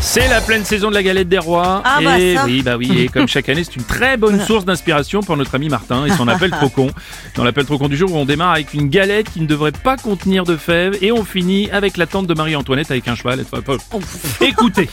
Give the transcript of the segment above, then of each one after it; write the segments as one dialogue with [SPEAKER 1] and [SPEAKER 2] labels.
[SPEAKER 1] C'est la pleine saison de la galette des rois.
[SPEAKER 2] Ah,
[SPEAKER 1] et
[SPEAKER 2] bah, ça.
[SPEAKER 1] oui, bah oui, et comme chaque année, c'est une très bonne source d'inspiration pour notre ami Martin et son appel trop con. Dans l'appel trop con du jour, on démarre avec une galette qui ne devrait pas contenir de fèves et on finit avec la tante de Marie-Antoinette avec un cheval. Enfin, pas- Écoutez,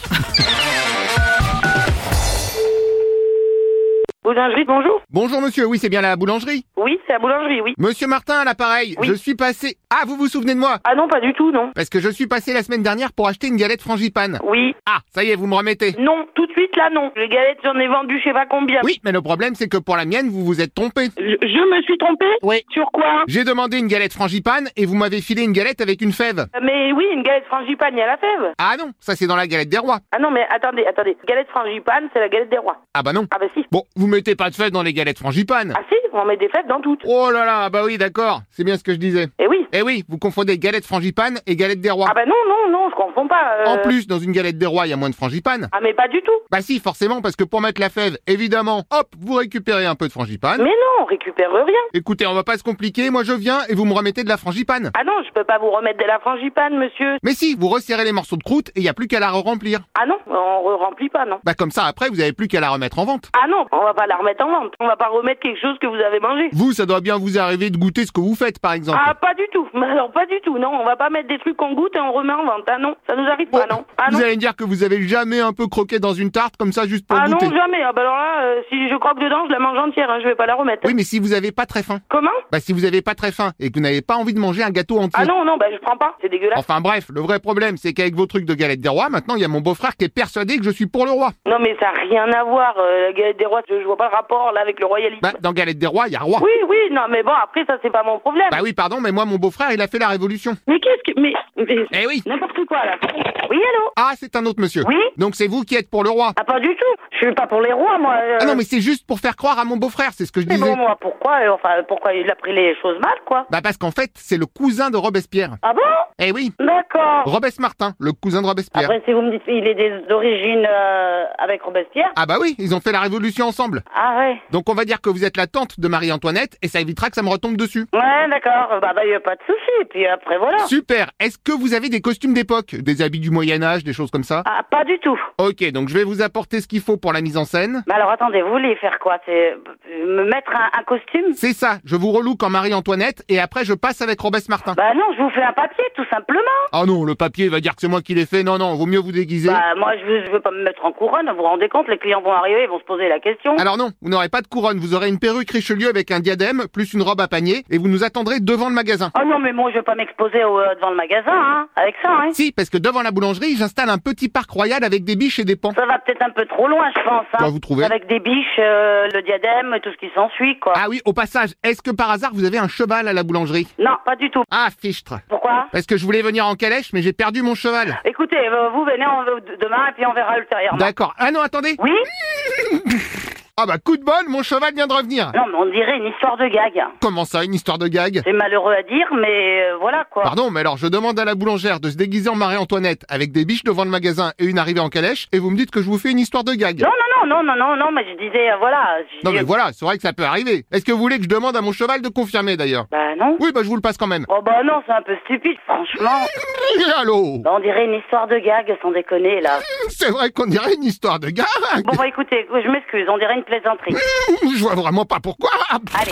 [SPEAKER 3] Boulangerie, bonjour.
[SPEAKER 4] Bonjour monsieur, oui, c'est bien la boulangerie.
[SPEAKER 3] Oui, c'est la boulangerie, oui.
[SPEAKER 4] Monsieur Martin à l'appareil,
[SPEAKER 3] Oui.
[SPEAKER 4] je suis passé... Ah, vous vous souvenez de moi
[SPEAKER 3] Ah non, pas du tout, non.
[SPEAKER 4] Parce que je suis passé la semaine dernière pour acheter une galette frangipane.
[SPEAKER 3] Oui.
[SPEAKER 4] Ah, ça y est, vous me remettez.
[SPEAKER 3] Non, tout de suite, là, non. Les galettes, j'en ai vendu je sais pas combien.
[SPEAKER 4] Oui, mais le problème, c'est que pour la mienne, vous vous êtes trompé.
[SPEAKER 3] Je, je me suis trompée
[SPEAKER 4] Oui.
[SPEAKER 3] Sur quoi
[SPEAKER 4] J'ai demandé une galette frangipane et vous m'avez filé une galette avec une fève.
[SPEAKER 3] Mais oui, une galette frangipane, il y a la fève.
[SPEAKER 4] Ah non, ça c'est dans la galette des rois.
[SPEAKER 3] Ah non, mais attendez, attendez. Galette frangipane, c'est la galette des rois.
[SPEAKER 4] Ah bah non.
[SPEAKER 3] Ah bah si.
[SPEAKER 4] Bon, vous mettez pas de fèves dans les galettes frangipane.
[SPEAKER 3] Ah si, on met des fèves dans toutes.
[SPEAKER 4] Oh là là, ah bah oui, d'accord, c'est bien ce que je disais.
[SPEAKER 3] Eh oui.
[SPEAKER 4] Eh oui, vous confondez galette frangipane et galette des rois.
[SPEAKER 3] Ah bah non, non, non, je comprends pas. euh.
[SPEAKER 4] En plus, dans une galette des rois, il y a moins de frangipane.
[SPEAKER 3] Ah mais pas du tout.
[SPEAKER 4] Bah si, forcément, parce que pour mettre la fève, évidemment, hop, vous récupérez un peu de frangipane.
[SPEAKER 3] Mais non, on récupère rien.
[SPEAKER 4] Écoutez, on va pas se compliquer, moi je viens et vous me remettez de la frangipane.
[SPEAKER 3] Ah non, je peux pas vous remettre de la frangipane, monsieur.
[SPEAKER 4] Mais si, vous resserrez les morceaux de croûte et il y a plus qu'à la re-remplir.
[SPEAKER 3] Ah non, on re remplit pas, non.
[SPEAKER 4] Bah comme ça, après, vous avez plus qu'à la remettre en vente.
[SPEAKER 3] Ah non, on va pas la remettre en vente. On va pas remettre quelque chose que vous avez mangé.
[SPEAKER 4] Vous, ça doit bien vous arriver de goûter ce que vous faites, par exemple.
[SPEAKER 3] Ah, pas du tout. Mais alors, pas du tout. Non, on va pas mettre des trucs qu'on goûte et on remet en vente. Ah non, ça nous arrive pas, non. Ah
[SPEAKER 4] Oh,
[SPEAKER 3] non.
[SPEAKER 4] Vous allez me dire que vous avez jamais un peu croqué dans une tarte comme ça juste pour
[SPEAKER 3] Ah non,
[SPEAKER 4] goûter.
[SPEAKER 3] jamais. Ah bah alors là, euh, si je croque dedans, je la mange entière. Hein, je vais pas la remettre.
[SPEAKER 4] Oui, mais si vous avez pas très faim.
[SPEAKER 3] Comment
[SPEAKER 4] Bah si vous avez pas très faim et que vous n'avez pas envie de manger un gâteau entier.
[SPEAKER 3] Ah non, non, bah je prends pas. C'est dégueulasse.
[SPEAKER 4] Enfin bref, le vrai problème, c'est qu'avec vos trucs de galette des rois, maintenant il y a mon beau-frère qui est persuadé que je suis pour le roi.
[SPEAKER 3] Non, mais ça a rien à voir. euh, la galette des rois, je, je vois pas le rapport là avec le royalisme.
[SPEAKER 4] Bah dans galette des rois, il y a roi.
[SPEAKER 3] Oui, oui, non, mais bon, après ça, c'est pas mon problème.
[SPEAKER 4] Bah oui, pardon, mais moi mon beau-frère, il a fait la révolution.
[SPEAKER 3] Mais qu'est-ce que. Mais. mais-
[SPEAKER 4] Eh oui.
[SPEAKER 3] N'importe quoi là. Oui, allô
[SPEAKER 4] Ah, c'est un autre monsieur.
[SPEAKER 3] Oui
[SPEAKER 4] Donc c'est vous qui êtes pour le roi.
[SPEAKER 3] Ah, pas du tout. Je suis pas pour les rois, moi. euh.
[SPEAKER 4] Ah non, mais c'est juste pour faire croire à mon beau-frère, c'est ce que je
[SPEAKER 3] Mais
[SPEAKER 4] disais.
[SPEAKER 3] bon, moi, pourquoi euh, Enfin, pourquoi il a pris les choses mal, quoi
[SPEAKER 4] Bah parce qu'en fait, c'est le cousin de Robespierre.
[SPEAKER 3] Ah bon
[SPEAKER 4] Eh oui,
[SPEAKER 3] D'accord.
[SPEAKER 4] Robespierre Martin, le cousin de Robespierre.
[SPEAKER 3] Après, si vous me dites il est des origines euh, avec Robespierre.
[SPEAKER 4] Ah bah oui, ils ont fait la révolution ensemble.
[SPEAKER 3] Ah ouais.
[SPEAKER 4] Donc on va dire que vous êtes la tante de Marie-Antoinette et ça évitera que ça me retombe dessus.
[SPEAKER 3] Ouais, d'accord. Bah, bah, y a pas de souci. Et puis après, voilà.
[SPEAKER 4] Super. Est-ce que vous avez des costumes d'époque, des habits du Moyen Âge, des choses comme ça
[SPEAKER 3] Ah, pas du tout.
[SPEAKER 4] Ok, donc je vais vous apporter ce qu'il faut pour la mise en scène.
[SPEAKER 3] Mais alors, attendez, vous voulez faire quoi C'est euh, me mettre un, un costume
[SPEAKER 4] C'est ça, je vous reloue en Marie-Antoinette et après je passe avec Robespierre Martin.
[SPEAKER 3] Bah non, je vous fais un papier, tout simplement.
[SPEAKER 4] Ah non, le papier va dire que c'est moi qui l'ai fait. Non, non, vaut mieux vous déguiser.
[SPEAKER 3] Bah, moi, je veux, je veux pas me mettre en couronne. Vous vous rendez compte Les clients vont arriver, ils vont se poser la question.
[SPEAKER 4] Alors non, vous n'aurez pas de couronne, vous aurez une perruque Richelieu avec un diadème, plus une robe à panier, et vous nous attendrez devant le magasin.
[SPEAKER 3] Oh non, mais moi, je veux pas m'exposer au, euh, devant le magasin, hein, avec ça, hein.
[SPEAKER 4] Si, parce que devant la boulangerie, j'installe un petit parc royal avec des biches et des pans.
[SPEAKER 3] Ça va peut-être un peu trop loin, je pense, hein.
[SPEAKER 4] Bah, vous trouvez
[SPEAKER 3] Avec des biches, euh, le diadème, tout ce qui s'ensuit, quoi.
[SPEAKER 4] Ah oui, au passage, est-ce que par hasard vous avez un cheval à la boulangerie
[SPEAKER 3] Non, pas du tout.
[SPEAKER 4] Ah, fichtre.
[SPEAKER 3] Pourquoi
[SPEAKER 4] Parce que je voulais venir en calèche, mais j'ai perdu mon cheval.
[SPEAKER 3] Écoutez, euh, vous venez on- d- demain et puis on verra ultérieurement.
[SPEAKER 4] D'accord. Ah non, attendez.
[SPEAKER 3] Oui
[SPEAKER 4] Ah bah coup de bol, mon cheval vient de revenir.
[SPEAKER 3] Non, mais on dirait une histoire de gag.
[SPEAKER 4] Comment ça, une histoire de gag
[SPEAKER 3] C'est malheureux à dire, mais euh, voilà quoi.
[SPEAKER 4] Pardon, mais alors je demande à la boulangère de se déguiser en Marie-Antoinette avec des biches devant le magasin et une arrivée en calèche, et vous me dites que je vous fais une histoire de gag.
[SPEAKER 3] Non, non, non, non, non, non, non, mais je disais, euh, voilà. je
[SPEAKER 4] Non mais
[SPEAKER 3] dis-
[SPEAKER 4] voilà, c'est vrai que ça peut arriver. Est-ce que vous voulez que je demande à mon cheval de confirmer d'ailleurs
[SPEAKER 3] Bah non.
[SPEAKER 4] Oui, bah je vous le passe quand même.
[SPEAKER 3] Oh bah non, c'est un peu stupide, franchement.
[SPEAKER 4] Allô
[SPEAKER 3] Bah, on dirait une histoire de gag, sans déconner, là.
[SPEAKER 4] C'est vrai qu'on dirait une histoire de gag.
[SPEAKER 3] Bon, bah écoutez, je m'excuse, on dirait une plaisanterie.
[SPEAKER 4] Je vois vraiment pas pourquoi.
[SPEAKER 3] Allez.